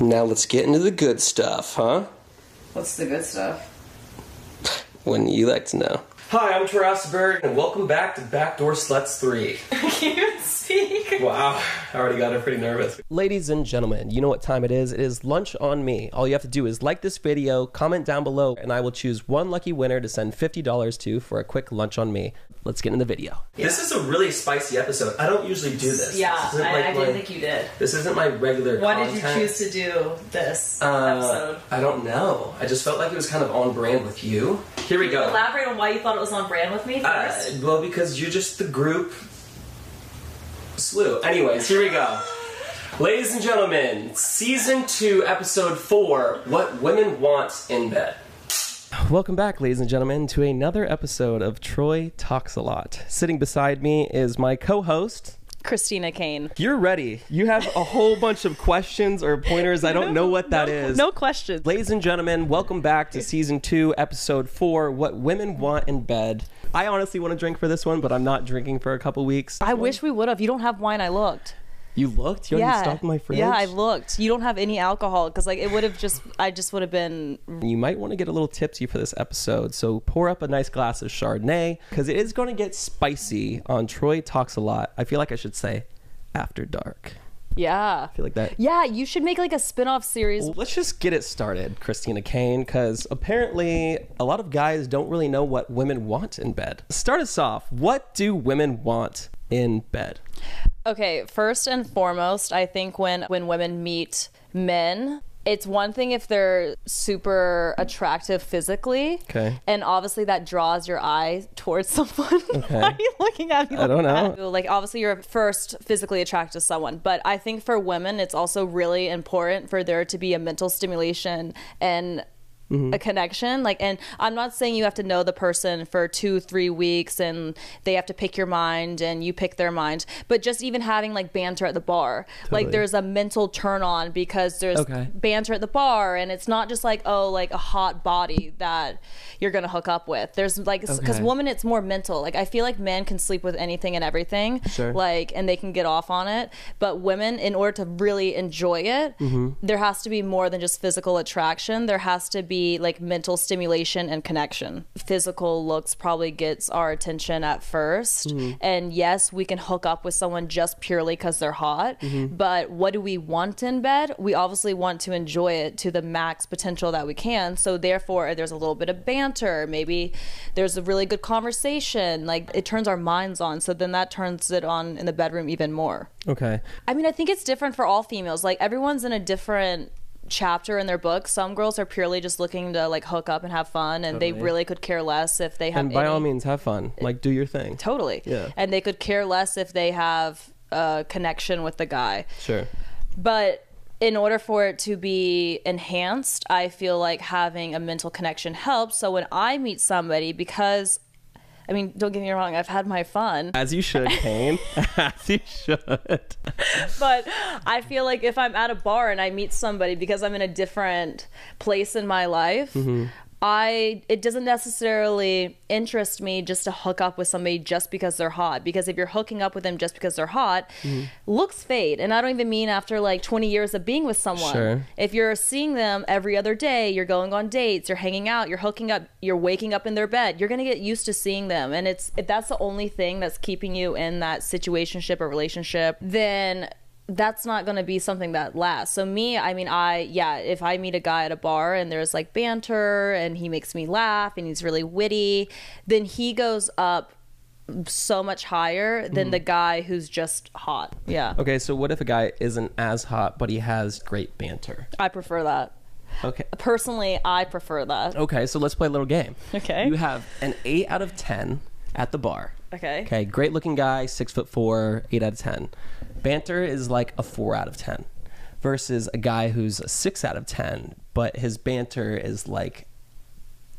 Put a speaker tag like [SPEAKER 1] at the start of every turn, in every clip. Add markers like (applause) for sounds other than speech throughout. [SPEAKER 1] Now let's get into the good stuff, huh?
[SPEAKER 2] What's the good stuff?
[SPEAKER 1] Wouldn't you like to know? Hi, I'm Taras Bird, and welcome back to Backdoor Sluts 3.
[SPEAKER 2] Can (laughs) you speak?
[SPEAKER 1] Wow, I already got her pretty nervous. Ladies and gentlemen, you know what time it is. It is lunch on me. All you have to do is like this video, comment down below, and I will choose one lucky winner to send $50 to for a quick lunch on me. Let's get into the video. This is a really spicy episode. I don't usually do this.
[SPEAKER 2] Yeah,
[SPEAKER 1] This isn't
[SPEAKER 2] I,
[SPEAKER 1] like
[SPEAKER 2] I
[SPEAKER 1] my-
[SPEAKER 2] didn't think you did.
[SPEAKER 1] This isn't my regular
[SPEAKER 2] Why did
[SPEAKER 1] content.
[SPEAKER 2] you choose to do this
[SPEAKER 1] Uh,
[SPEAKER 2] episode?
[SPEAKER 1] I don't know. I just felt like it was kind of on brand with you. Here we go.
[SPEAKER 2] Elaborate on why you thought it was on brand with me
[SPEAKER 1] Uh,
[SPEAKER 2] first.
[SPEAKER 1] well, because you're just the group slew. Anyways, here we go. Ladies and gentlemen, season two, episode four What Women Want in Bed. Welcome back, ladies and gentlemen, to another episode of Troy Talks a Lot. Sitting beside me is my co host,
[SPEAKER 3] Christina Kane.
[SPEAKER 1] You're ready. You have a whole bunch of questions or pointers. I don't know what that is.
[SPEAKER 3] (laughs) No questions.
[SPEAKER 1] Ladies and gentlemen, welcome back to season two, episode four What Women Want in Bed. I honestly want to drink for this one, but I'm not drinking for a couple weeks.
[SPEAKER 3] I wish we would have. You don't have wine. I looked.
[SPEAKER 1] You looked? You
[SPEAKER 3] yeah.
[SPEAKER 1] already stopped my fridge?
[SPEAKER 3] Yeah, I looked. You don't have any alcohol because like it would have just. I just would have been.
[SPEAKER 1] You might want to get a little tipsy for this episode, so pour up a nice glass of Chardonnay because it is going to get spicy on Troy Talks a Lot. I feel like I should say after dark.
[SPEAKER 3] Yeah.
[SPEAKER 1] I feel like that
[SPEAKER 3] Yeah, you should make like a spin-off series.
[SPEAKER 1] Well, let's just get it started, Christina Kane, because apparently a lot of guys don't really know what women want in bed. Start us off. What do women want in bed?
[SPEAKER 3] Okay, first and foremost, I think when when women meet men, it's one thing if they're super attractive physically.
[SPEAKER 1] Okay.
[SPEAKER 3] And obviously that draws your eye towards (laughs) someone. Why are you looking at me?
[SPEAKER 1] I don't
[SPEAKER 3] like
[SPEAKER 1] know.
[SPEAKER 3] that? Like obviously you're first physically attracted to someone, but I think for women it's also really important for there to be a mental stimulation and
[SPEAKER 1] Mm-hmm.
[SPEAKER 3] a connection like and i'm not saying you have to know the person for two three weeks and they have to pick your mind and you pick their mind but just even having like banter at the bar like there's a mental turn on because there's
[SPEAKER 1] Okay.
[SPEAKER 3] banter at the bar and it's not just like oh like a hot body that you're gonna hook up with there's like because
[SPEAKER 1] Okay.
[SPEAKER 3] women it's more mental like i feel like men can sleep with anything and everything
[SPEAKER 1] Sure.
[SPEAKER 3] like and they can get off on it but women in order to really enjoy it there has to be more than just physical attraction there has to be like mental stimulation and connection physical looks probably gets our attention at 1st and yes we can hook up with someone just purely because they're hot but what do we want in bed we obviously want to enjoy it to the max potential that we can so therefore there's a little bit of banter maybe there's a really good conversation like it turns our minds on so then that turns it on in the bedroom even more
[SPEAKER 1] Okay.
[SPEAKER 3] I mean, I think it's different for all females. Like everyone's in a different chapter in their book. Some girls are purely just looking to like hook up and have fun, and they
[SPEAKER 1] Totally.
[SPEAKER 3] really could care less if they have.
[SPEAKER 1] And by all
[SPEAKER 3] any-
[SPEAKER 1] means, have fun. Like, do your thing.
[SPEAKER 3] totally.
[SPEAKER 1] Yeah.
[SPEAKER 3] And they could care less if they have a connection with the guy.
[SPEAKER 1] Sure.
[SPEAKER 3] But in order for it to be enhanced, I feel like having a mental connection helps. So when I meet somebody, because I mean, don't get me wrong, I've had my fun.
[SPEAKER 1] As you
[SPEAKER 3] (laughs)
[SPEAKER 1] should, Kane. As you should.
[SPEAKER 3] but I feel like if I'm at a bar and I meet somebody because I'm in a different place in my life, I it doesn't necessarily interest me just to hook up with somebody just because they're hot. Because if you're hooking up with them just because they're hot, looks fade, and I don't even mean after like 20 years of being with someone.
[SPEAKER 1] Sure.
[SPEAKER 3] If you're seeing them every other day, you're going on dates, you're hanging out, you're hooking up, you're waking up in their bed, you're gonna get used to seeing them. And it's if that's the only thing that's keeping you in that situationship or relationship, then that's not gonna be something that lasts. So me, I mean, I yeah, if I meet a guy at a bar and there's like banter and he makes me laugh and he's really witty, then he goes up so much higher than the guy who's just hot. Yeah.
[SPEAKER 1] Okay, so what if a guy isn't as hot, but he has great banter?
[SPEAKER 3] I prefer that.
[SPEAKER 1] Okay.
[SPEAKER 3] Personally, I prefer that.
[SPEAKER 1] Okay, so let's play a little game.
[SPEAKER 3] Okay.
[SPEAKER 1] You have an 8 out of 10 at the bar.
[SPEAKER 3] Okay.
[SPEAKER 1] Okay, great looking guy, six foot four, eight out of ten. Banter is like a four out of ten, versus a guy who's a six out of ten, but his banter is like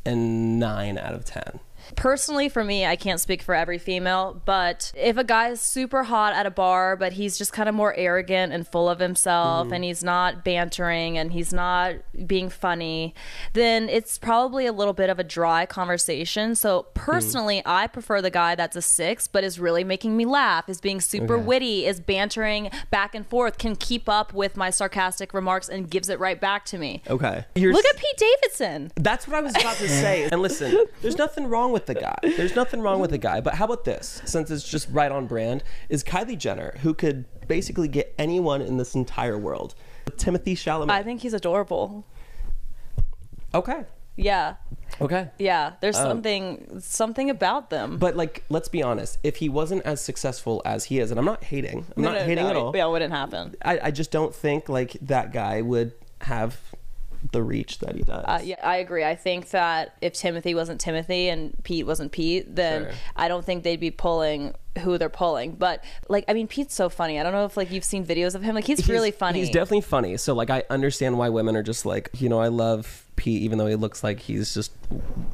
[SPEAKER 1] a nine out of ten.
[SPEAKER 3] Personally, for me, I can't speak for every female, but if a guy is super hot at a bar, but he's just kind of more arrogant and full of himself and he's not bantering and he's not being funny, then it's probably a little bit of a dry conversation. So, personally, I prefer the guy that's a six, but is really making me laugh, is being super
[SPEAKER 1] Okay.
[SPEAKER 3] witty, is bantering back and forth, can keep up with my sarcastic remarks and gives it right back to me.
[SPEAKER 1] Okay. You're
[SPEAKER 3] Look at Pete Davidson.
[SPEAKER 1] That's what I was about to say. And listen, there's nothing wrong with the guy. There's nothing wrong with the guy. But how about this? Since it's just right on brand, is Kylie Jenner, who could basically get anyone in this entire world. Timothy Chalamet.
[SPEAKER 3] I think he's adorable.
[SPEAKER 1] okay.
[SPEAKER 3] Yeah.
[SPEAKER 1] Okay.
[SPEAKER 3] Yeah, there's something something about them.
[SPEAKER 1] Oh. But like, let's be honest. If he wasn't as successful as he is, and I'm not hating, I'm not
[SPEAKER 3] No, no,
[SPEAKER 1] hating
[SPEAKER 3] no,
[SPEAKER 1] at all.
[SPEAKER 3] Yeah, it wouldn't happen.
[SPEAKER 1] I, I just don't think like that guy would have the reach that he does.
[SPEAKER 3] Uh, yeah, I agree. I think that if Timothy wasn't Timothy and Pete wasn't Pete, then
[SPEAKER 1] Sure.
[SPEAKER 3] I don't think they'd be pulling who they're pulling. But like, I mean, Pete's so funny. I don't know if like you've seen videos of him. Like, he's, really funny.
[SPEAKER 1] He's definitely funny. So like I understand why women are just like, you know, I love Pete even though he looks like he's just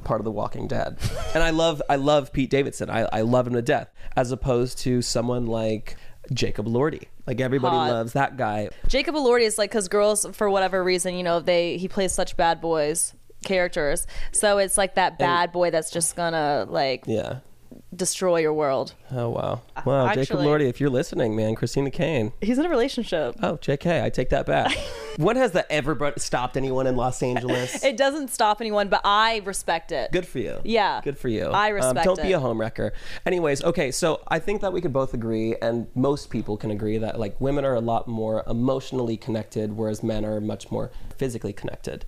[SPEAKER 1] part of the Walking
[SPEAKER 3] (laughs)
[SPEAKER 1] Dead. and I love I love Pete Davidson. I, I love him to death. As opposed to someone like Jacob Lordy. Like everybody
[SPEAKER 3] Hot.
[SPEAKER 1] loves that guy.
[SPEAKER 3] Jacob Elordi is like because girls, for whatever reason, you know, they he plays such bad boys characters. So it's like that bad boy that's just gonna like
[SPEAKER 1] Yeah.
[SPEAKER 3] destroy your world.
[SPEAKER 1] Oh wow. Wow, Jacob
[SPEAKER 3] Uh, Actually-
[SPEAKER 1] Lordy, if you're listening, man, Christina Kane.
[SPEAKER 3] He's in a relationship.
[SPEAKER 1] Oh, JK, I take that
[SPEAKER 3] (laughs)
[SPEAKER 1] back. when has that ever br- stopped anyone in Los Angeles?
[SPEAKER 3] It doesn't stop anyone, but I respect it.
[SPEAKER 1] Good for you.
[SPEAKER 3] Yeah.
[SPEAKER 1] Good for you. Um,
[SPEAKER 3] I respect
[SPEAKER 1] Don't be
[SPEAKER 3] it.
[SPEAKER 1] a homewrecker. Anyways, okay, so I think that we could both agree, and most people can agree that like women are a lot more emotionally connected, whereas men are much more physically connected.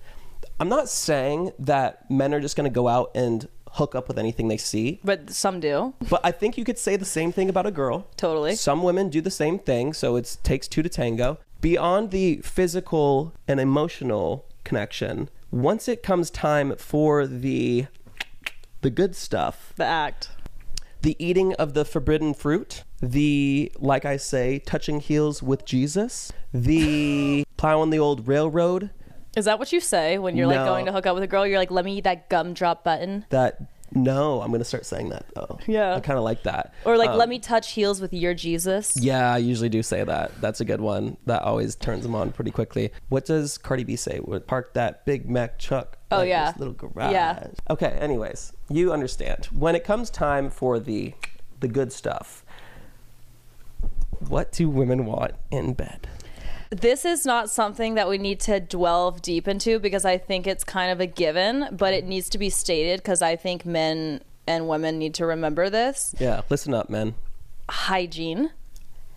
[SPEAKER 1] I'm not saying that men are just going to go out and hook up with anything they see,
[SPEAKER 3] But some do.
[SPEAKER 1] but I think you could say the same thing about a girl.
[SPEAKER 3] Totally.
[SPEAKER 1] Some women do the same thing, so it takes two to tango. Beyond the physical and emotional connection, once it comes time for the the good stuff,
[SPEAKER 3] The act.
[SPEAKER 1] the eating of the forbidden fruit, the like I say, touching heels with Jesus,
[SPEAKER 3] (laughs)
[SPEAKER 1] the plowing the old railroad,
[SPEAKER 3] Is that what you say when you're
[SPEAKER 1] No.
[SPEAKER 3] like going to hook up with a girl? You're like, let me eat that gumdrop button.
[SPEAKER 1] that no, I'm gonna start saying that though.
[SPEAKER 3] Yeah.
[SPEAKER 1] I kinda like that.
[SPEAKER 3] Or like, let me touch heels with your Jesus.
[SPEAKER 1] Um, Yeah, I usually do say that. That's a good one. That always turns them on pretty quickly. What does Cardi B say? Would park that Big Mac truck.
[SPEAKER 3] Oh,
[SPEAKER 1] like
[SPEAKER 3] yeah.
[SPEAKER 1] this little garage.
[SPEAKER 3] Yeah.
[SPEAKER 1] Okay. Anyways, you understand. When it comes time for the the good stuff, what do women want in bed?
[SPEAKER 3] This is not something that we need to delve deep into because I think it's kind of a given, but it needs to be stated because I think men and women need to remember this
[SPEAKER 1] Yeah. Listen up, men.
[SPEAKER 3] hygiene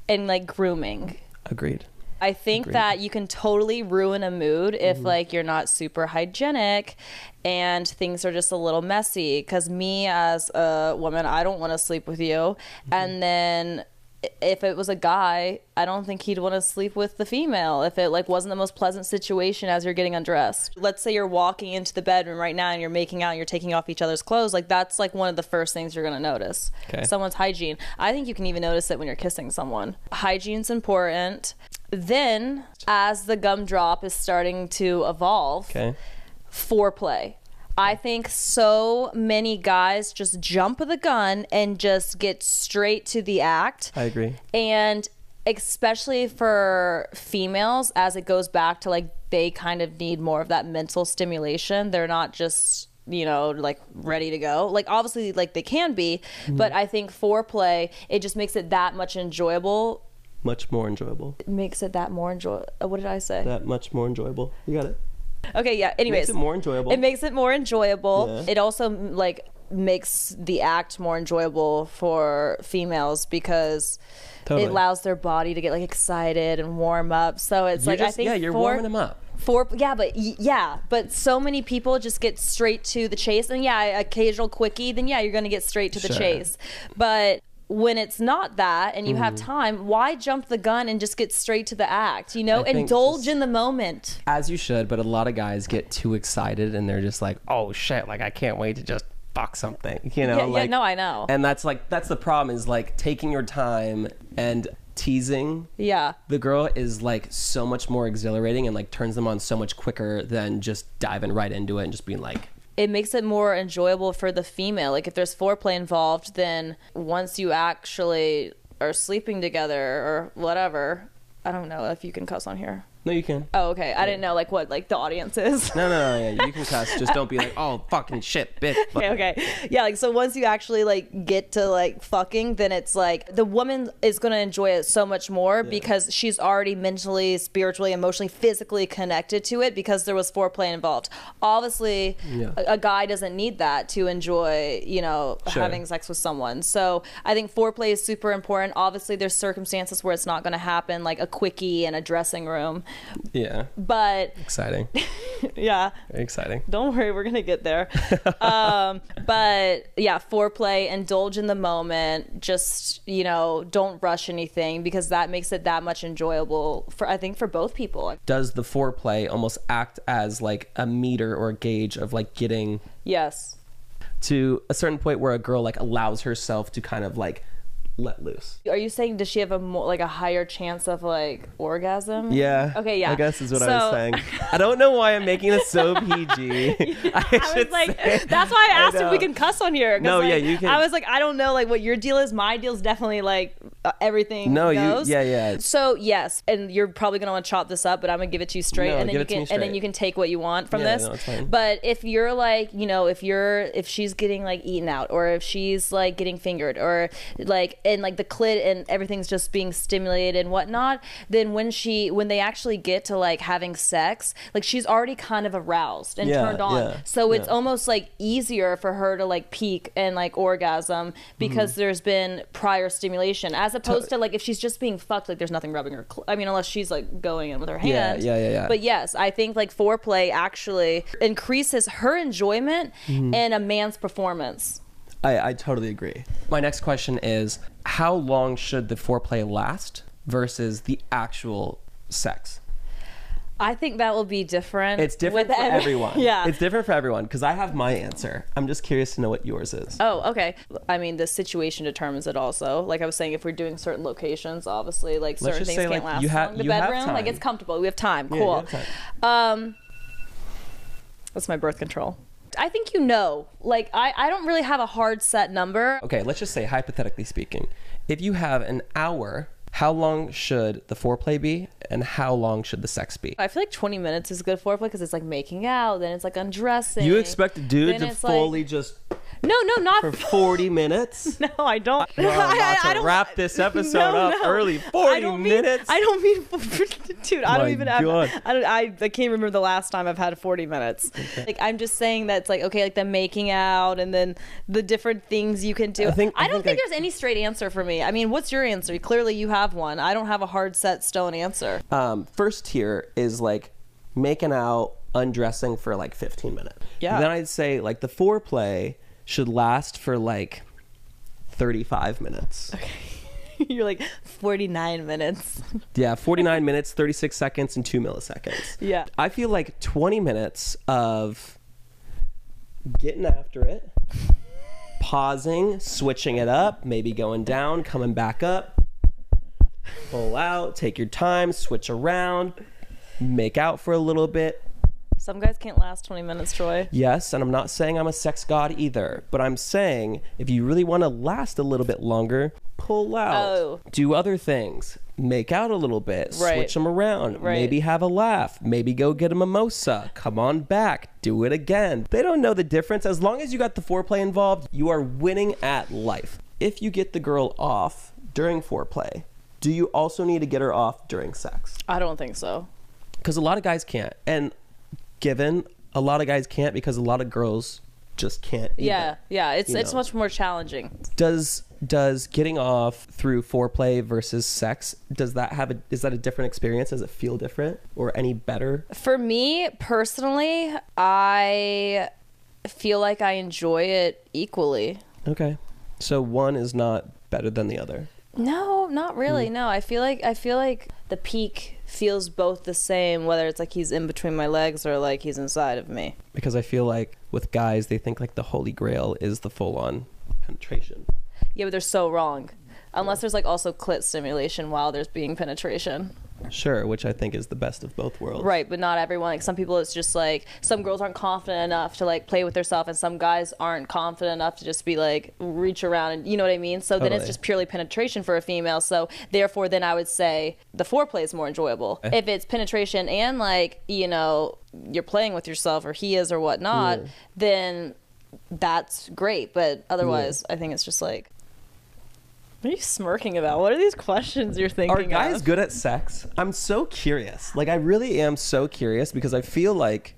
[SPEAKER 3] and like grooming.
[SPEAKER 1] Agreed. Mm-hmm.
[SPEAKER 3] I think that you can totally ruin a mood if like you're not super hygienic and things are just a little messy cuz me as a woman I don't want to sleep with you
[SPEAKER 1] Mm-hmm.
[SPEAKER 3] and then i- if it was a guy I don't think he'd want to sleep with the female if it like wasn't the most pleasant situation as you're getting undressed. Let's say you're walking into the bedroom right now and you're making out and you're taking off each other's clothes like that's like one of the first things you're going to notice.
[SPEAKER 1] Okay.
[SPEAKER 3] Someone's hygiene. I think you can even notice it when you're kissing someone. Hygiene's important. Then, as the gumdrop is starting to evolve,
[SPEAKER 1] Okay.
[SPEAKER 3] foreplay. I think so many guys just jump the gun and just get straight to the act.
[SPEAKER 1] I agree.
[SPEAKER 3] And especially for females, as it goes back to like they kind of need more of that mental stimulation. They're not just you know like ready to go like obviously like they can be
[SPEAKER 1] Mm-hmm.
[SPEAKER 3] but i think foreplay it just makes it that much enjoyable
[SPEAKER 1] Much more enjoyable.
[SPEAKER 3] makes it that more enjoyable what did i say
[SPEAKER 1] That much more enjoyable. You got it.
[SPEAKER 3] okay yeah
[SPEAKER 1] Makes
[SPEAKER 3] anyways
[SPEAKER 1] it more enjoyable.
[SPEAKER 3] It makes it more enjoyable.
[SPEAKER 1] Yeah.
[SPEAKER 3] It also m- like makes the act more enjoyable for females because
[SPEAKER 1] Totally.
[SPEAKER 3] it allows their body to get like excited and warm up. So it's
[SPEAKER 1] You're
[SPEAKER 3] like I
[SPEAKER 1] just-
[SPEAKER 3] think
[SPEAKER 1] yeah, you're
[SPEAKER 3] for,
[SPEAKER 1] warming them up.
[SPEAKER 3] For yeah, but y- yeah, but so many people just get straight to the chase, and yeah, occasional quickie. Then yeah, you're going to get straight to the
[SPEAKER 1] Sure.
[SPEAKER 3] chase, but. When it's not that and you have
[SPEAKER 1] Mm.
[SPEAKER 3] time, why jump the gun and just get straight to the act? You know,
[SPEAKER 1] I think
[SPEAKER 3] indulge
[SPEAKER 1] just-
[SPEAKER 3] in the moment.
[SPEAKER 1] As you should, but a lot of guys get too excited and they're just like, "Oh shit! Like I can't wait to just fuck something," (laughs) you know?
[SPEAKER 3] Yeah, yeah,
[SPEAKER 1] like,
[SPEAKER 3] no, I know.
[SPEAKER 1] And that's like that's the problem is like taking your time and teasing
[SPEAKER 3] Yeah.
[SPEAKER 1] the girl is like so much more exhilarating and like turns them on so much quicker than just diving right into it and just being like,
[SPEAKER 3] it makes it more enjoyable for the female. Like if there's foreplay involved, then once you actually are sleeping together or whatever, I don't know if you can cuss on here.
[SPEAKER 1] No, you can.
[SPEAKER 3] Oh, okay. I didn't know like what like the audience is. (laughs)
[SPEAKER 1] No, no, no, yeah, you can cuss. Just don't be like, oh, fucking shit, bitch. (laughs)
[SPEAKER 3] okay, okay. Yeah, like so once you actually like get to like fucking, then it's like the woman is going to enjoy it so much more because she's already mentally, spiritually, emotionally, physically connected to it because there was foreplay involved. Obviously,
[SPEAKER 1] Yeah.
[SPEAKER 3] a, a guy doesn't need that to enjoy, you know,
[SPEAKER 1] Sure.
[SPEAKER 3] having sex with someone. So, I think foreplay is super important. Obviously, there's circumstances where it's not going to happen like a quickie in a dressing room,
[SPEAKER 1] Yeah,
[SPEAKER 3] but
[SPEAKER 1] exciting,
[SPEAKER 3] yeah,
[SPEAKER 1] Very exciting.
[SPEAKER 3] don't worry, we're gonna
[SPEAKER 1] (laughs)
[SPEAKER 3] get there. um, but yeah, foreplay, indulge in the moment. Just you know, don't rush anything because that makes it that much enjoyable for I think for both people.
[SPEAKER 1] Does the foreplay almost act as like a meter or a gauge of like getting
[SPEAKER 3] Yes,
[SPEAKER 1] to a certain point where a girl like allows herself to kind of like let loose?
[SPEAKER 3] Are you saying does she have a more, like a higher chance of like orgasm?
[SPEAKER 1] Yeah.
[SPEAKER 3] Okay. Yeah.
[SPEAKER 1] I guess is what I
[SPEAKER 3] So-
[SPEAKER 1] was
[SPEAKER 3] (laughs)
[SPEAKER 1] saying. I don't know why I'm making this so PG. (laughs)
[SPEAKER 3] I was
[SPEAKER 1] should (laughs)
[SPEAKER 3] like, (laughs)
[SPEAKER 1] say-
[SPEAKER 3] that's why I asked if
[SPEAKER 1] know.
[SPEAKER 3] we can cuss on here. 'cause,
[SPEAKER 1] No,
[SPEAKER 3] like,
[SPEAKER 1] yeah, you can.
[SPEAKER 3] I was like, I don't know, like what your deal is. My deal's definitely like uh, everything.
[SPEAKER 1] No, you-
[SPEAKER 3] goes.
[SPEAKER 1] yeah, yeah.
[SPEAKER 3] So yes, and you're probably gonna want to chop this up, but I'm gonna give it to you straight,
[SPEAKER 1] No,
[SPEAKER 3] and
[SPEAKER 1] give
[SPEAKER 3] then you
[SPEAKER 1] it to
[SPEAKER 3] can,
[SPEAKER 1] me
[SPEAKER 3] and then
[SPEAKER 1] straight.
[SPEAKER 3] you can take what you want from
[SPEAKER 1] Yeah,
[SPEAKER 3] this.
[SPEAKER 1] no, it's fine.
[SPEAKER 3] But if you're like, you know, if you're if she's getting like eaten out, or if she's like getting fingered, or like and like the clit and everything's just being stimulated and whatnot, then when she when they actually get to like having sex, like she's already kind of aroused and
[SPEAKER 1] Yeah,
[SPEAKER 3] turned on.
[SPEAKER 1] yeah,
[SPEAKER 3] so it's
[SPEAKER 1] yeah.
[SPEAKER 3] almost like easier for her to like peak and like orgasm
[SPEAKER 1] Mm-hmm.
[SPEAKER 3] because there's been prior stimulation as opposed to like if she's just being fucked like there's nothing rubbing her cl- I mean unless she's like going in with her
[SPEAKER 1] Yeah,
[SPEAKER 3] hand.
[SPEAKER 1] yeah, yeah, yeah.
[SPEAKER 3] But yes, I think like foreplay actually increases her enjoyment
[SPEAKER 1] Mm-hmm.
[SPEAKER 3] and a man's performance.
[SPEAKER 1] I, I totally agree. My next question is how long should the foreplay last versus the actual sex?
[SPEAKER 3] I think that will be different.
[SPEAKER 1] It's different
[SPEAKER 3] with
[SPEAKER 1] for
[SPEAKER 3] ev-
[SPEAKER 1] everyone.
[SPEAKER 3] (laughs) yeah.
[SPEAKER 1] It's different for everyone because I have my answer. I'm just curious to know what yours is.
[SPEAKER 3] Oh, okay. I mean, the situation determines it also. Like I was saying, if we're doing certain locations, obviously, like certain
[SPEAKER 1] just
[SPEAKER 3] things
[SPEAKER 1] say,
[SPEAKER 3] can't
[SPEAKER 1] like,
[SPEAKER 3] last
[SPEAKER 1] you ha-
[SPEAKER 3] long. The
[SPEAKER 1] you have
[SPEAKER 3] bedroom, like
[SPEAKER 1] time.
[SPEAKER 3] it's comfortable. We have time.
[SPEAKER 1] Yeah, you
[SPEAKER 3] cool.
[SPEAKER 1] have time.
[SPEAKER 3] Um, that's my birth control. I think you know. Like I, I don't really have a hard set number.
[SPEAKER 1] Okay, let's just say, hypothetically speaking, if you have an hour, how long should the foreplay be and how long should the sex be?
[SPEAKER 3] I feel like 20 minutes is good foreplay because it's like making out, then it's like undressing.
[SPEAKER 1] You expect a dude
[SPEAKER 3] then
[SPEAKER 1] to
[SPEAKER 3] it's, like-
[SPEAKER 1] fully just
[SPEAKER 3] No, no, not
[SPEAKER 1] for 40 minutes?
[SPEAKER 3] (laughs) No, I don't.
[SPEAKER 1] We're about
[SPEAKER 3] (laughs) I-
[SPEAKER 1] to
[SPEAKER 3] I don't-
[SPEAKER 1] wrap this episode
[SPEAKER 3] (laughs) No,
[SPEAKER 1] up
[SPEAKER 3] no.
[SPEAKER 1] early.
[SPEAKER 3] I
[SPEAKER 1] 40
[SPEAKER 3] don't mean-
[SPEAKER 1] minutes?
[SPEAKER 3] I don't mean, (laughs) dude. I don't
[SPEAKER 1] My
[SPEAKER 3] even have.
[SPEAKER 1] God.
[SPEAKER 3] I don't. I, I can't remember the last time I've had
[SPEAKER 1] (laughs)
[SPEAKER 3] forty minutes. Like I'm just saying that's like okay, like the making out and then the different things you can do.
[SPEAKER 1] I think- I
[SPEAKER 3] don't think,
[SPEAKER 1] think I-
[SPEAKER 3] there's any straight answer for me. I mean, what's your answer? Clearly, you have one. I don't have a hard set stone answer. (laughs)
[SPEAKER 1] um, first tier is like making out, undressing for like 15 minutes.
[SPEAKER 3] Yeah.
[SPEAKER 1] Then I'd say like the foreplay should last for like 35 minutes.
[SPEAKER 3] You're like forty nine minutes.
[SPEAKER 1] Yeah, 49 minutes, 36 seconds, and two milliseconds.
[SPEAKER 3] Yeah.
[SPEAKER 1] I feel like 20 minutes of getting after it, pausing, switching it up, maybe going down, coming back up, pull out, take your time, switch around, make out for a little bit,
[SPEAKER 3] Some guys can't last twenty minutes, Troy.
[SPEAKER 1] Yes, and I'm not saying I'm a sex god either, but I'm saying if you really want to last a little bit longer, pull out,
[SPEAKER 3] Oh.
[SPEAKER 1] do other things, make out a little bit,
[SPEAKER 3] Right.
[SPEAKER 1] switch them around,
[SPEAKER 3] Right.
[SPEAKER 1] maybe have a laugh, maybe go get a mimosa, come on back, do it again. They don't know the difference. As long as you got the foreplay involved, you are winning at life. If you get the girl off during foreplay, do you also need to get her off during sex?
[SPEAKER 3] I don't think so.
[SPEAKER 1] because a lot of guys can't and given a lot of guys can't because a lot of girls just can't either.
[SPEAKER 3] Yeah, yeah. It's
[SPEAKER 1] You
[SPEAKER 3] it's
[SPEAKER 1] know.
[SPEAKER 3] much more challenging.
[SPEAKER 1] does does getting off through foreplay versus sex does that have a is that a different experience does it feel different or any better
[SPEAKER 3] For me personally, I feel like I enjoy it equally.
[SPEAKER 1] okay so one is not better than the other
[SPEAKER 3] No, not really. No, I feel like I feel like the peak feels both the same whether it's like he's in between my legs or like he's inside of me.
[SPEAKER 1] because i feel like with guys they think like the holy grail is the full on penetration
[SPEAKER 3] Yeah, but they're so wrong. Unless there's like also clit stimulation while there's being penetration.
[SPEAKER 1] Sure, which I think is the best of both worlds.
[SPEAKER 3] Right, but not everyone. Like some people, it's just like some girls aren't confident enough to like play with themselves, and some guys aren't confident enough to just be like reach around and you know what I mean. So then
[SPEAKER 1] Totally.
[SPEAKER 3] it's just purely penetration for a female. So therefore, then I would say the foreplay is more enjoyable
[SPEAKER 1] Okay.
[SPEAKER 3] if it's penetration and like you know you're playing with yourself or he is or whatnot.
[SPEAKER 1] Yeah.
[SPEAKER 3] Then that's great, but otherwise, I think it's just like. What are you smirking about? What are these questions you're thinking?
[SPEAKER 1] Are guys
[SPEAKER 3] of?
[SPEAKER 1] good at sex? I'm so curious. Like I really am so curious because I feel like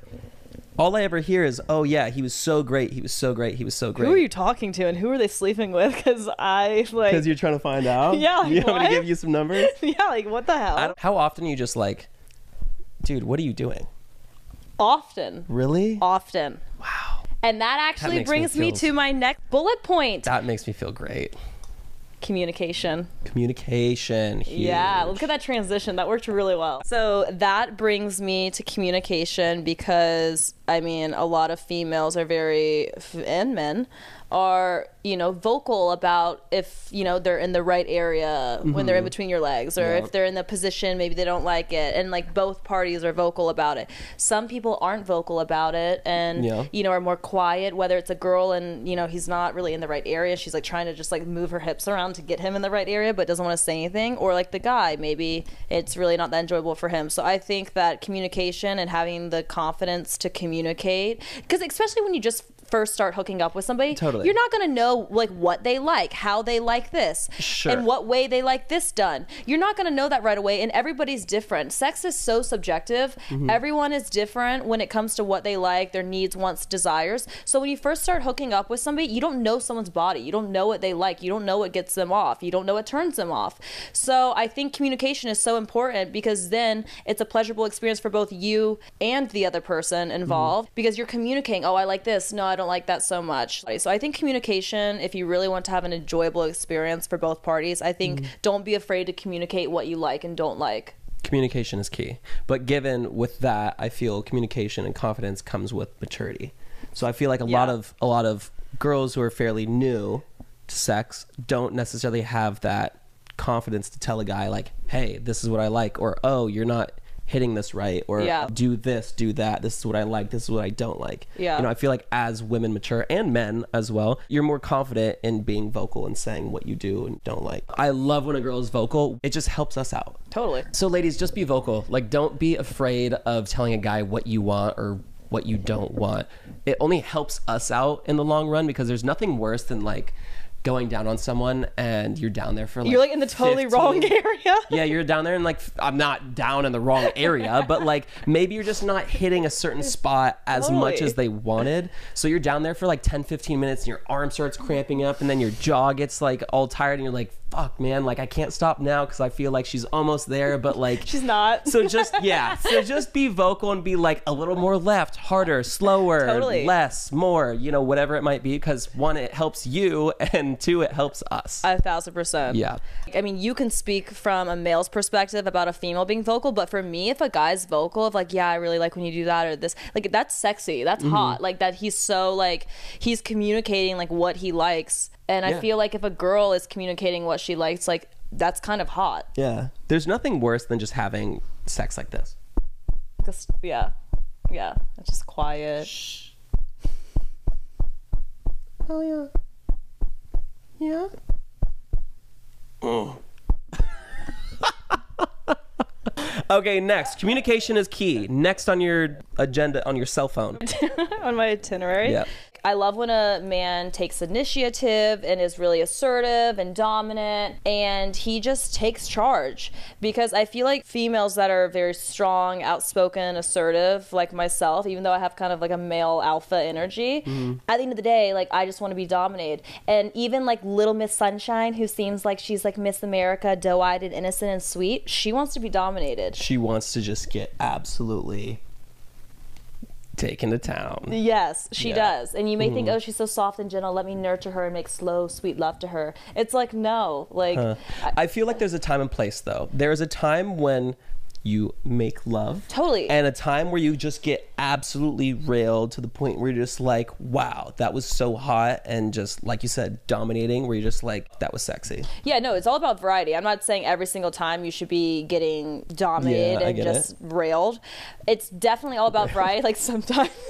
[SPEAKER 1] all I ever hear is, "Oh yeah, he was so great. He was so great. He was so great."
[SPEAKER 3] Who are you talking to and who are they sleeping with? (laughs) Because I like,
[SPEAKER 1] Because
[SPEAKER 3] (laughs)
[SPEAKER 1] you're trying to find out.
[SPEAKER 3] Yeah,
[SPEAKER 1] (laughs)
[SPEAKER 3] like,
[SPEAKER 1] You want me to
[SPEAKER 3] what?
[SPEAKER 1] give you some
[SPEAKER 3] (laughs)
[SPEAKER 1] numbers?
[SPEAKER 3] yeah, like what the
[SPEAKER 1] I
[SPEAKER 3] hell?
[SPEAKER 1] don't- How often are you just like, dude? What are you doing?
[SPEAKER 3] Often,
[SPEAKER 1] Really?
[SPEAKER 3] often,
[SPEAKER 1] Wow.
[SPEAKER 3] and that actually
[SPEAKER 1] makes me
[SPEAKER 3] brings me,
[SPEAKER 1] feels-
[SPEAKER 3] to my next bullet point:
[SPEAKER 1] That makes me feel great.
[SPEAKER 3] communication.
[SPEAKER 1] Communication. Huge.
[SPEAKER 3] Yeah, look at that transition. That worked really well. So that brings me to communication because I mean, a lot of females are very f- and men are, you know, vocal about if, you know, they're in the right area when they're in between your legs or
[SPEAKER 1] Mm-hmm. Yeah.
[SPEAKER 3] if they're in the position maybe they don't like it and like both parties are vocal about it. Some people aren't vocal about it and
[SPEAKER 1] Yeah.
[SPEAKER 3] you know are more quiet whether it's a girl and you know he's not really in the right area she's like trying to just like move her hips around to get him in the right area but doesn't want to say anything or like the guy maybe it's really not that enjoyable for him so i think that communication and having the confidence to communicate because especially when you just first start hooking up with somebody
[SPEAKER 1] Totally.
[SPEAKER 3] you're not going to know like what they like how they like this
[SPEAKER 1] Sure.
[SPEAKER 3] and what way they like this done you're not going to know that right away and everybody's different sex is so subjective everyone is different when it comes to what they like their needs wants desires so when you first start hooking up with somebody you don't know someone's body you don't know what they like you don't know what gets them off you don't know what turns them off so i think communication is so important because then it's a pleasurable experience for both you and the other person involved because you're communicating oh i like this no i don't like that so much so i think communication if you really want to have an enjoyable experience for both parties i think
[SPEAKER 4] Mm-hmm.
[SPEAKER 3] don't be afraid to communicate what you like and don't like
[SPEAKER 1] communication is key. But given with that, I feel communication and confidence comes with maturity. So I feel like a lot
[SPEAKER 3] Yeah.
[SPEAKER 1] of a lot of girls who are fairly new to sex don't necessarily have that confidence to tell a guy like, "Hey, this is what I like," or "Oh, you're not hitting this right," or
[SPEAKER 3] Yeah.
[SPEAKER 1] "Do this, do that. This is what I like. This is what I don't like."
[SPEAKER 3] Yeah.
[SPEAKER 1] You know, I feel like as women mature and men as well, you're more confident in being vocal and saying what you do and don't like. I love when a girl is vocal. It just helps us out.
[SPEAKER 3] totally
[SPEAKER 4] So, ladies, just be vocal. Like, don't be afraid of telling a guy what you want or what you don't want. It only helps us out in the long run because there's nothing worse than like going down on someone and you're down there for like
[SPEAKER 3] you're like in the totally
[SPEAKER 4] 15
[SPEAKER 3] wrong (laughs) area
[SPEAKER 4] yeah, you're down there and like f- I'm not down in the wrong area, but like maybe you're just not hitting a certain spot as much
[SPEAKER 3] Totally.
[SPEAKER 4] as they wanted. So you're down there for like 10, 15 minutes and your arm starts cramping up and then your jaw gets like all tired and you're like, fuck, man, like I can't stop now because I feel like she's almost there, but like
[SPEAKER 3] she's not
[SPEAKER 4] so just yeah, so just be vocal and be like a little more left, harder, slower,
[SPEAKER 3] Totally.
[SPEAKER 4] less, more, you know, whatever it might be, because one, it helps you, and two, it helps us.
[SPEAKER 3] a thousand percent
[SPEAKER 4] yeah.
[SPEAKER 3] I mean, you can speak from a male's perspective about a female being vocal, but for me, if a guy's vocal, of like, yeah, I really like when you do that or this, like, that's sexy. That's hot. Like, that he's so, like, he's communicating, like, what he likes. And I
[SPEAKER 1] Yeah.
[SPEAKER 3] feel like if a girl is communicating what she likes, like, that's kind of hot.
[SPEAKER 1] Yeah.
[SPEAKER 4] There's nothing worse than just having sex like this.
[SPEAKER 3] Just, yeah. Yeah. It's just quiet.
[SPEAKER 1] Oh yeah.
[SPEAKER 4] (laughs)
[SPEAKER 1] Yeah.
[SPEAKER 4] Okay, next. Communication is key. Next on your agenda on your cell phone.
[SPEAKER 3] (laughs) on my itinerary.
[SPEAKER 4] Yeah.
[SPEAKER 3] I love when a man takes initiative and is really assertive and dominant and he just takes charge because I feel like females that are very strong, outspoken, assertive like myself, even though I have kind of like a male alpha energy, at the end of the day like I just want to be dominated. And even like little Miss Sunshine who seems like she's like Miss America, doe-eyed and innocent and sweet, she wants to be dominated.
[SPEAKER 1] She wants to just get absolutely
[SPEAKER 4] Taken to town.
[SPEAKER 3] Yes, she
[SPEAKER 4] Yeah.
[SPEAKER 3] does. And you may
[SPEAKER 1] Mm.
[SPEAKER 3] think, oh, she's so soft and gentle. Let me nurture her and make slow, sweet love to her. It's like, no. Like, I-
[SPEAKER 4] I feel like there's a time and place though. There is a time when
[SPEAKER 1] you make love.
[SPEAKER 3] Totally.
[SPEAKER 1] And a time where you just get absolutely railed to the point where you're just like, wow, that was so hot. And just, like you said, dominating, where you're just like, that was sexy.
[SPEAKER 3] Yeah, no, it's all about variety. I'm not saying every single time you should be getting dominated
[SPEAKER 1] Yeah, I
[SPEAKER 3] and
[SPEAKER 1] get
[SPEAKER 3] just railed. It's definitely all about variety. Like sometimes (laughs)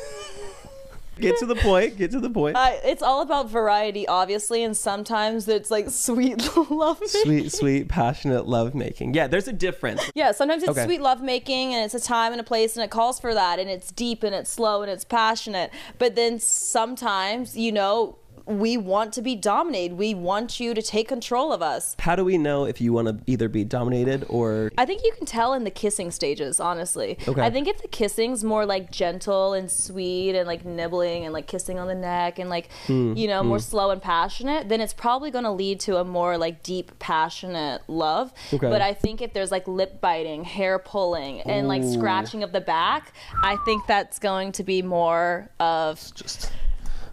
[SPEAKER 1] Get to the point, get to the point.
[SPEAKER 3] uh, it's all about variety, obviously, and sometimes it's like sweet (laughs) love.
[SPEAKER 1] sweet, sweet, passionate love making. Yeah, there's a difference.
[SPEAKER 3] Yeah, sometimes it's
[SPEAKER 1] Okay.
[SPEAKER 3] sweet love making, and it's a time and a place, and it calls for that, and it's deep, and it's slow, and it's passionate. But then sometimes, you know. We want to be dominated. We want you to take control of us.
[SPEAKER 1] How do we know if you want to either be dominated or
[SPEAKER 3] I think you can tell in the kissing stages, honestly.
[SPEAKER 1] Okay.
[SPEAKER 3] I think if the kissing's more like gentle and sweet and like nibbling and like kissing on the neck and like,
[SPEAKER 1] Hmm,
[SPEAKER 3] you know, more slow and passionate, then it's probably going to lead to a more like deep, passionate love.
[SPEAKER 1] Okay.
[SPEAKER 3] But I think if there's like lip biting, hair pulling, and like scratching of the back, I think that's going to be more of
[SPEAKER 1] just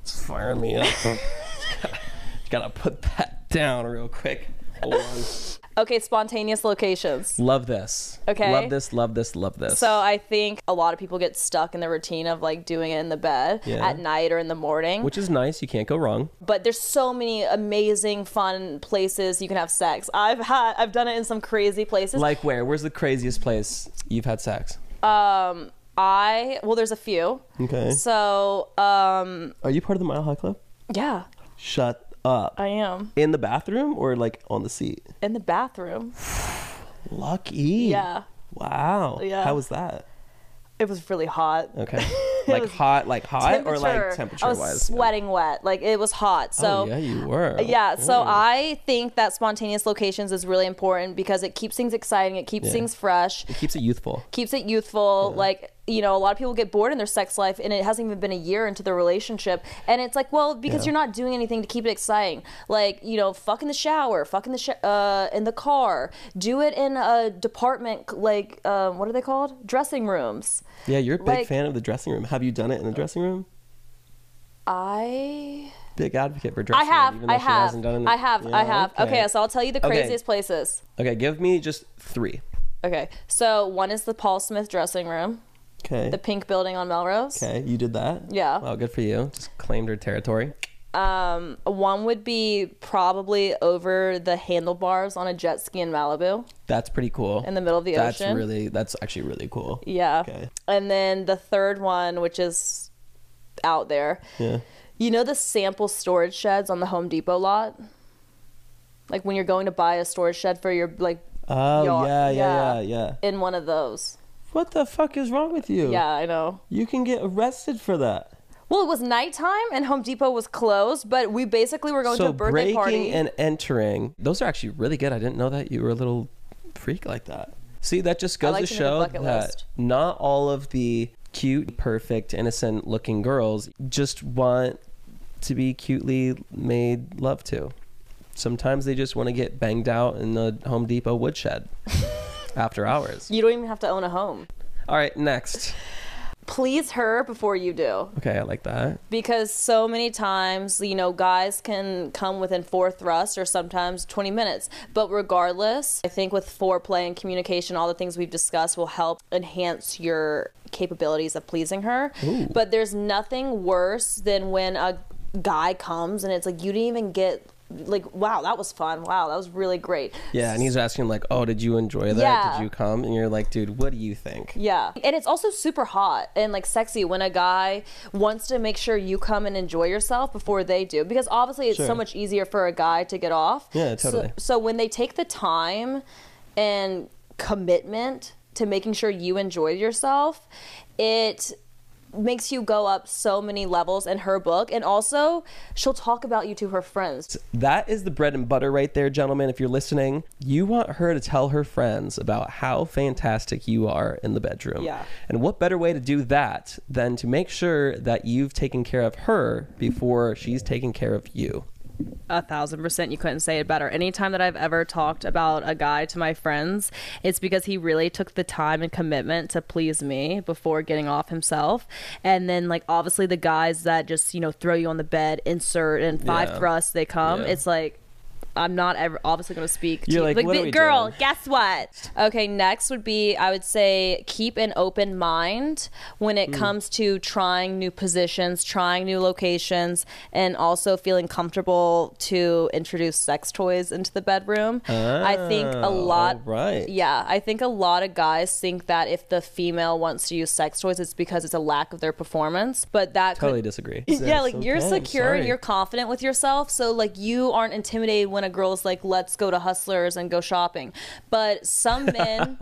[SPEAKER 1] just fire me up? (laughs) Gotta put that down real quick. Hold on.
[SPEAKER 3] okay, spontaneous locations.
[SPEAKER 1] Love this.
[SPEAKER 3] Okay.
[SPEAKER 1] Love this, love this, love this.
[SPEAKER 3] So I think a lot of people get stuck in the routine of like doing it in the bed
[SPEAKER 1] Yeah.
[SPEAKER 3] at night or in the morning.
[SPEAKER 1] Which is nice. You can't go wrong.
[SPEAKER 3] but there's so many amazing fun places you can have sex i've had i've done it in some crazy places
[SPEAKER 1] Like where? Where's the craziest place you've had sex?
[SPEAKER 3] i well there's a few
[SPEAKER 1] Okay.
[SPEAKER 3] so um
[SPEAKER 1] Are you part of the Mile High Club?
[SPEAKER 3] yeah
[SPEAKER 1] Shut up.
[SPEAKER 3] i am
[SPEAKER 1] In the bathroom or like on the seat?
[SPEAKER 3] in the bathroom
[SPEAKER 1] Lucky.
[SPEAKER 3] yeah
[SPEAKER 1] Wow.
[SPEAKER 3] Yeah.
[SPEAKER 1] How was that?
[SPEAKER 3] it was really hot (laughs)
[SPEAKER 1] Okay. like hot, like hot or like temperature
[SPEAKER 3] i was
[SPEAKER 1] wise?
[SPEAKER 3] sweating wet like it was hot so
[SPEAKER 1] Oh, yeah, Oh, you were.
[SPEAKER 3] Yeah, so I think that spontaneous locations is really important because it keeps things exciting, it keeps
[SPEAKER 1] Yeah.
[SPEAKER 3] things fresh,
[SPEAKER 1] It keeps it youthful.
[SPEAKER 3] keeps it youthful. Like, you know, a lot of people get bored in their sex life and it hasn't even been a year into their relationship. And it's like, well, because
[SPEAKER 1] Yeah.
[SPEAKER 3] you're not doing anything to keep it exciting. Like, you know, fuck in the shower, fuck in the, sh- uh, in the car, do it in a department, like, um, what are they called? Dressing rooms.
[SPEAKER 1] Yeah, you're a big
[SPEAKER 3] Like-
[SPEAKER 1] fan of the dressing room. Have you done it in the dressing room?
[SPEAKER 3] I
[SPEAKER 1] Big advocate for
[SPEAKER 3] I
[SPEAKER 1] dressing room.
[SPEAKER 3] have
[SPEAKER 1] even though
[SPEAKER 3] I
[SPEAKER 1] she
[SPEAKER 3] have
[SPEAKER 1] hasn't done it in-
[SPEAKER 3] I have
[SPEAKER 1] Yeah,
[SPEAKER 3] I have okay. so I'll tell you the
[SPEAKER 1] Okay.
[SPEAKER 3] craziest places.
[SPEAKER 1] okay, give me just three.
[SPEAKER 3] Okay. So one is the Paul Smith dressing room,
[SPEAKER 1] Okay.
[SPEAKER 3] the pink building on Melrose.
[SPEAKER 1] okay, you did that.
[SPEAKER 3] Yeah.
[SPEAKER 1] Wow, good for you. Just claimed her territory.
[SPEAKER 3] Um, one would be probably over the handlebars on a jet ski in Malibu
[SPEAKER 1] That's pretty cool.
[SPEAKER 3] in the middle of the
[SPEAKER 1] that's
[SPEAKER 3] ocean.
[SPEAKER 1] really that's actually really cool.
[SPEAKER 3] yeah.
[SPEAKER 1] Okay.
[SPEAKER 3] And then the third one, which is out there,
[SPEAKER 1] Yeah.
[SPEAKER 3] you know the sample storage sheds on the Home Depot lot. Like when you're going to buy a storage shed for your like
[SPEAKER 1] Oh
[SPEAKER 3] Yacht.
[SPEAKER 1] yeah, yeah, yeah,
[SPEAKER 3] Yeah.
[SPEAKER 1] yeah.
[SPEAKER 3] in one of those.
[SPEAKER 1] What the fuck is wrong with you?
[SPEAKER 3] Yeah, I know.
[SPEAKER 1] You can get arrested for that.
[SPEAKER 3] Well, it was nighttime and Home Depot was closed, but we basically were going to
[SPEAKER 1] so
[SPEAKER 3] a birthday
[SPEAKER 1] breaking
[SPEAKER 3] party.
[SPEAKER 1] and entering. Those are actually really good. I didn't know that you were a little freak like that. See, that just goes
[SPEAKER 3] like
[SPEAKER 1] to
[SPEAKER 3] to make a
[SPEAKER 1] show that
[SPEAKER 3] bucket list.
[SPEAKER 1] not all of the cute, perfect, innocent looking girls just want to be cutely made love to. Sometimes they just want to get banged out in the Home Depot
[SPEAKER 3] (laughs)
[SPEAKER 1] woodshed after hours.
[SPEAKER 3] you don't even have to own a home.
[SPEAKER 1] All right, next.
[SPEAKER 3] Please her before you do.
[SPEAKER 1] Okay, I like that.
[SPEAKER 3] because so many times you know guys can come within four thrusts or sometimes 20 minutes but regardless i think with foreplay and communication all the things we've discussed will help enhance your capabilities of pleasing her but there's nothing worse than when a guy comes and it's like you didn't even get like wow that was fun wow that was really great
[SPEAKER 1] Yeah, and he's asking like, "Oh, did you enjoy that?
[SPEAKER 3] Yeah.
[SPEAKER 1] Did you come?" And you're like, "Dude, what do you think?"
[SPEAKER 3] Yeah. And it's also super hot and like sexy when a guy wants to make sure you come and enjoy yourself before they do. Because obviously it's so
[SPEAKER 1] Sure.
[SPEAKER 3] much easier for a guy to get off.
[SPEAKER 1] Yeah,
[SPEAKER 3] So-
[SPEAKER 1] totally.
[SPEAKER 3] So, when they take the time and commitment to making sure you enjoy yourself, it makes you go up so many levels in her book and also she'll talk about you to her friends.
[SPEAKER 1] That is the bread and butter right there, gentlemen. If you're listening, you want her to tell her friends about how fantastic you are in the bedroom.
[SPEAKER 3] Yeah.
[SPEAKER 1] And what better way to do that than to make sure that you've taken care of her before she's taking care of you?
[SPEAKER 5] a thousand percent you couldn't say it better anytime that i've ever talked about a guy to my friends it's because he really took the time and commitment to please me before getting off himself and then like obviously the guys that just you know throw you on the bed insert and five
[SPEAKER 1] Yeah.
[SPEAKER 5] thrusts they come
[SPEAKER 1] Yeah.
[SPEAKER 5] it's like
[SPEAKER 6] I'm not ever obviously going to speak. to
[SPEAKER 1] You're
[SPEAKER 6] you.
[SPEAKER 1] like, "What are
[SPEAKER 6] "Bi-
[SPEAKER 1] we
[SPEAKER 6] girl,
[SPEAKER 1] doing?"
[SPEAKER 6] guess what?
[SPEAKER 3] Okay, next would be I would say keep an open mind when
[SPEAKER 1] Hmm.
[SPEAKER 3] it comes to trying new positions, trying new locations, and also feeling comfortable to introduce sex toys into the bedroom. I think
[SPEAKER 1] Ah,
[SPEAKER 3] a lot
[SPEAKER 1] right.
[SPEAKER 3] Yeah, I think a lot of guys think that if the female wants to use sex toys it's because it's a lack of their performance, but that could
[SPEAKER 1] Totally disagree.
[SPEAKER 3] (laughs) yeah, like you're
[SPEAKER 1] okay,
[SPEAKER 3] secure,
[SPEAKER 1] sorry.
[SPEAKER 3] you're confident with yourself, so like you aren't intimidated when a girl's like, "Let's go to Hustlers and go shopping." But some men,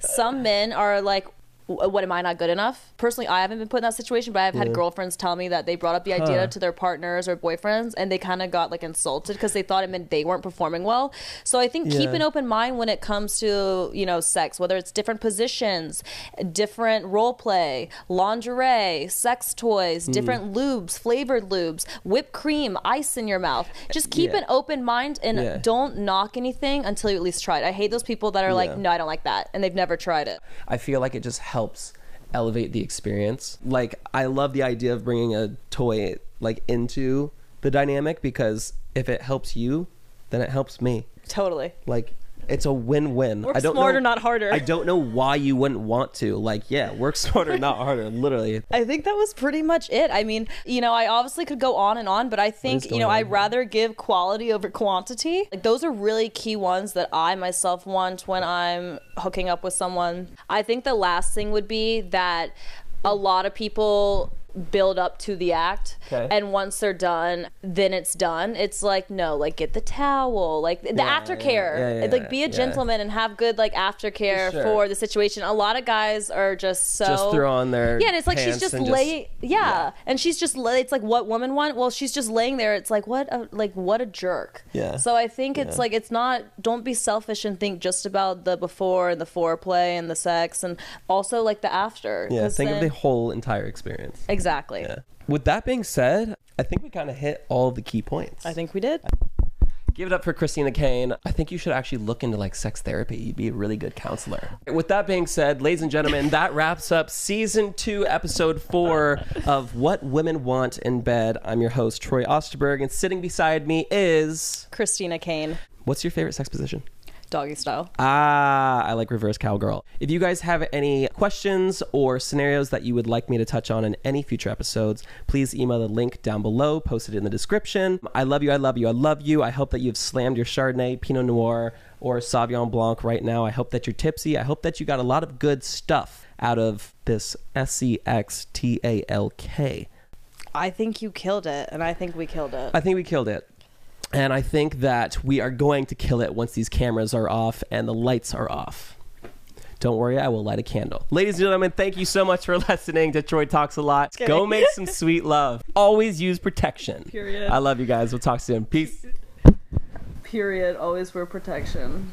[SPEAKER 3] some men are like. "W- What am I not good enough? Personally, I haven't been put in that situation, but I've had girlfriends tell me that they brought up the idea to their partners or boyfriends, and they kind of got like insulted because they thought it meant they weren't performing well. So I think keep
[SPEAKER 1] Yeah.
[SPEAKER 3] an open mind when it comes to you know sex, whether it's different positions, different role play, lingerie, sex toys,
[SPEAKER 1] Hmm.
[SPEAKER 3] different lubes, flavored lubes, whipped cream, ice in your mouth. Just keep
[SPEAKER 1] Yeah.
[SPEAKER 3] an open mind and
[SPEAKER 1] Yeah.
[SPEAKER 3] don't knock anything until you at least try it. I hate those people that are like,
[SPEAKER 1] Yeah.
[SPEAKER 3] no, I don't like that, and they've never tried it.
[SPEAKER 1] I feel like it just helps elevate the experience. Like I love the idea of bringing a toy like into the dynamic because if it helps you, then it helps me.
[SPEAKER 3] Totally.
[SPEAKER 1] Like it's a win-win.
[SPEAKER 3] Work
[SPEAKER 1] I don't
[SPEAKER 3] smarter,
[SPEAKER 1] know,
[SPEAKER 3] not harder.
[SPEAKER 1] I don't know why you wouldn't want to. Like yeah, work (laughs) smarter, not harder. Literally.
[SPEAKER 3] I think that was pretty much it. I mean, you know, I obviously could go on and on, but I think, you know,
[SPEAKER 1] going
[SPEAKER 3] I'd rather give quality over quantity. Like, those are really key ones that I myself want when I'm hooking up with someone. I think the last thing would be that a lot of people build up to the act
[SPEAKER 1] Okay.
[SPEAKER 3] and once they're done then it's done it's like no like get the towel like the aftercare
[SPEAKER 1] yeah, yeah,
[SPEAKER 3] like be a
[SPEAKER 1] yeah.
[SPEAKER 3] gentleman and have good like aftercare
[SPEAKER 1] Sure.
[SPEAKER 3] for the situation a lot of guys are just so
[SPEAKER 1] Just throw on their
[SPEAKER 3] yeah, and it's like she's
[SPEAKER 1] pants
[SPEAKER 3] just
[SPEAKER 1] and
[SPEAKER 3] lay. Yeah. and she's just lay. It's like what women want. Well, she's just laying there. It's like what, a, like what a jerk.
[SPEAKER 1] Yeah.
[SPEAKER 3] So I think it's like it's not. Don't be selfish and think just about the before and the foreplay and the sex and also like the after.
[SPEAKER 1] Yeah,
[SPEAKER 3] 'cause
[SPEAKER 1] think of
[SPEAKER 3] then-
[SPEAKER 1] the whole entire experience.
[SPEAKER 3] exactly.
[SPEAKER 1] With that being said, I think we kind of hit all the key points.
[SPEAKER 3] I think we did.
[SPEAKER 1] Give it up for Christina Kane. I think you should actually look into like sex therapy. You'd be a really good counselor. With that being said, ladies and gentlemen, that wraps up season two, episode four of What Women Want in Bed. I'm your host, Troy Osterberg, and sitting beside me is
[SPEAKER 3] Christina Kane,
[SPEAKER 1] what's your favorite sex position?
[SPEAKER 3] doggy style.
[SPEAKER 1] Ah, I like reverse cowgirl. If you guys have any questions or scenarios that you would like me to touch on in any future episodes, please email the link down below, posted in the description. I love you, I love you, I love you. I hope that you've slammed your Chardonnay, Pinot Noir, or Sauvignon Blanc right now. I hope that you're tipsy. I hope that you got a lot of good stuff out of this S C X T A L K.
[SPEAKER 3] I think you killed it, and I think we killed it.
[SPEAKER 1] I think we killed it. And I think that we are going to kill it once these cameras are off and the lights are off. Don't worry, I will light a candle. Ladies and gentlemen, thank you so much for (laughs) listening to Troy Talks a Lot. Go make some sweet love. Always use protection.
[SPEAKER 6] Period.
[SPEAKER 1] I love you guys. We'll talk soon. Peace.
[SPEAKER 6] Period. Always wear protection.